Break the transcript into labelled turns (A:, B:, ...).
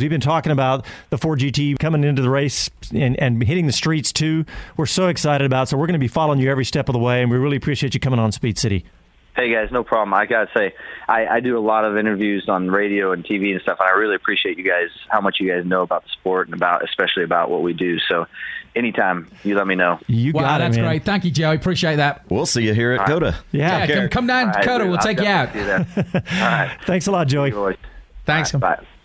A: We've been talking about the 4GT E coming into the race and, and hitting the streets too. We're so excited about it. So we're going to be following you every step of the way, and we really appreciate you coming on Speed City.
B: Hey guys, no problem. I gotta say, I, I do a lot of interviews on radio and TV and stuff, and I really appreciate you guys how much you guys know about the sport and about especially about what we do. So, anytime you let me know.
A: You
C: Wow,
A: got it,
C: that's
A: man.
C: great. Thank you, Joey. Appreciate that.
D: We'll see you here at Coda.
A: Yeah.
C: Yeah,
D: care.
C: come, come down
B: All
C: to
B: right,
C: Coda. We'll
B: I'll
C: take you out.
B: definitely do that. All right,
A: Thanks a lot, Joey.
B: boys.
C: Thanks.
B: All right, bye.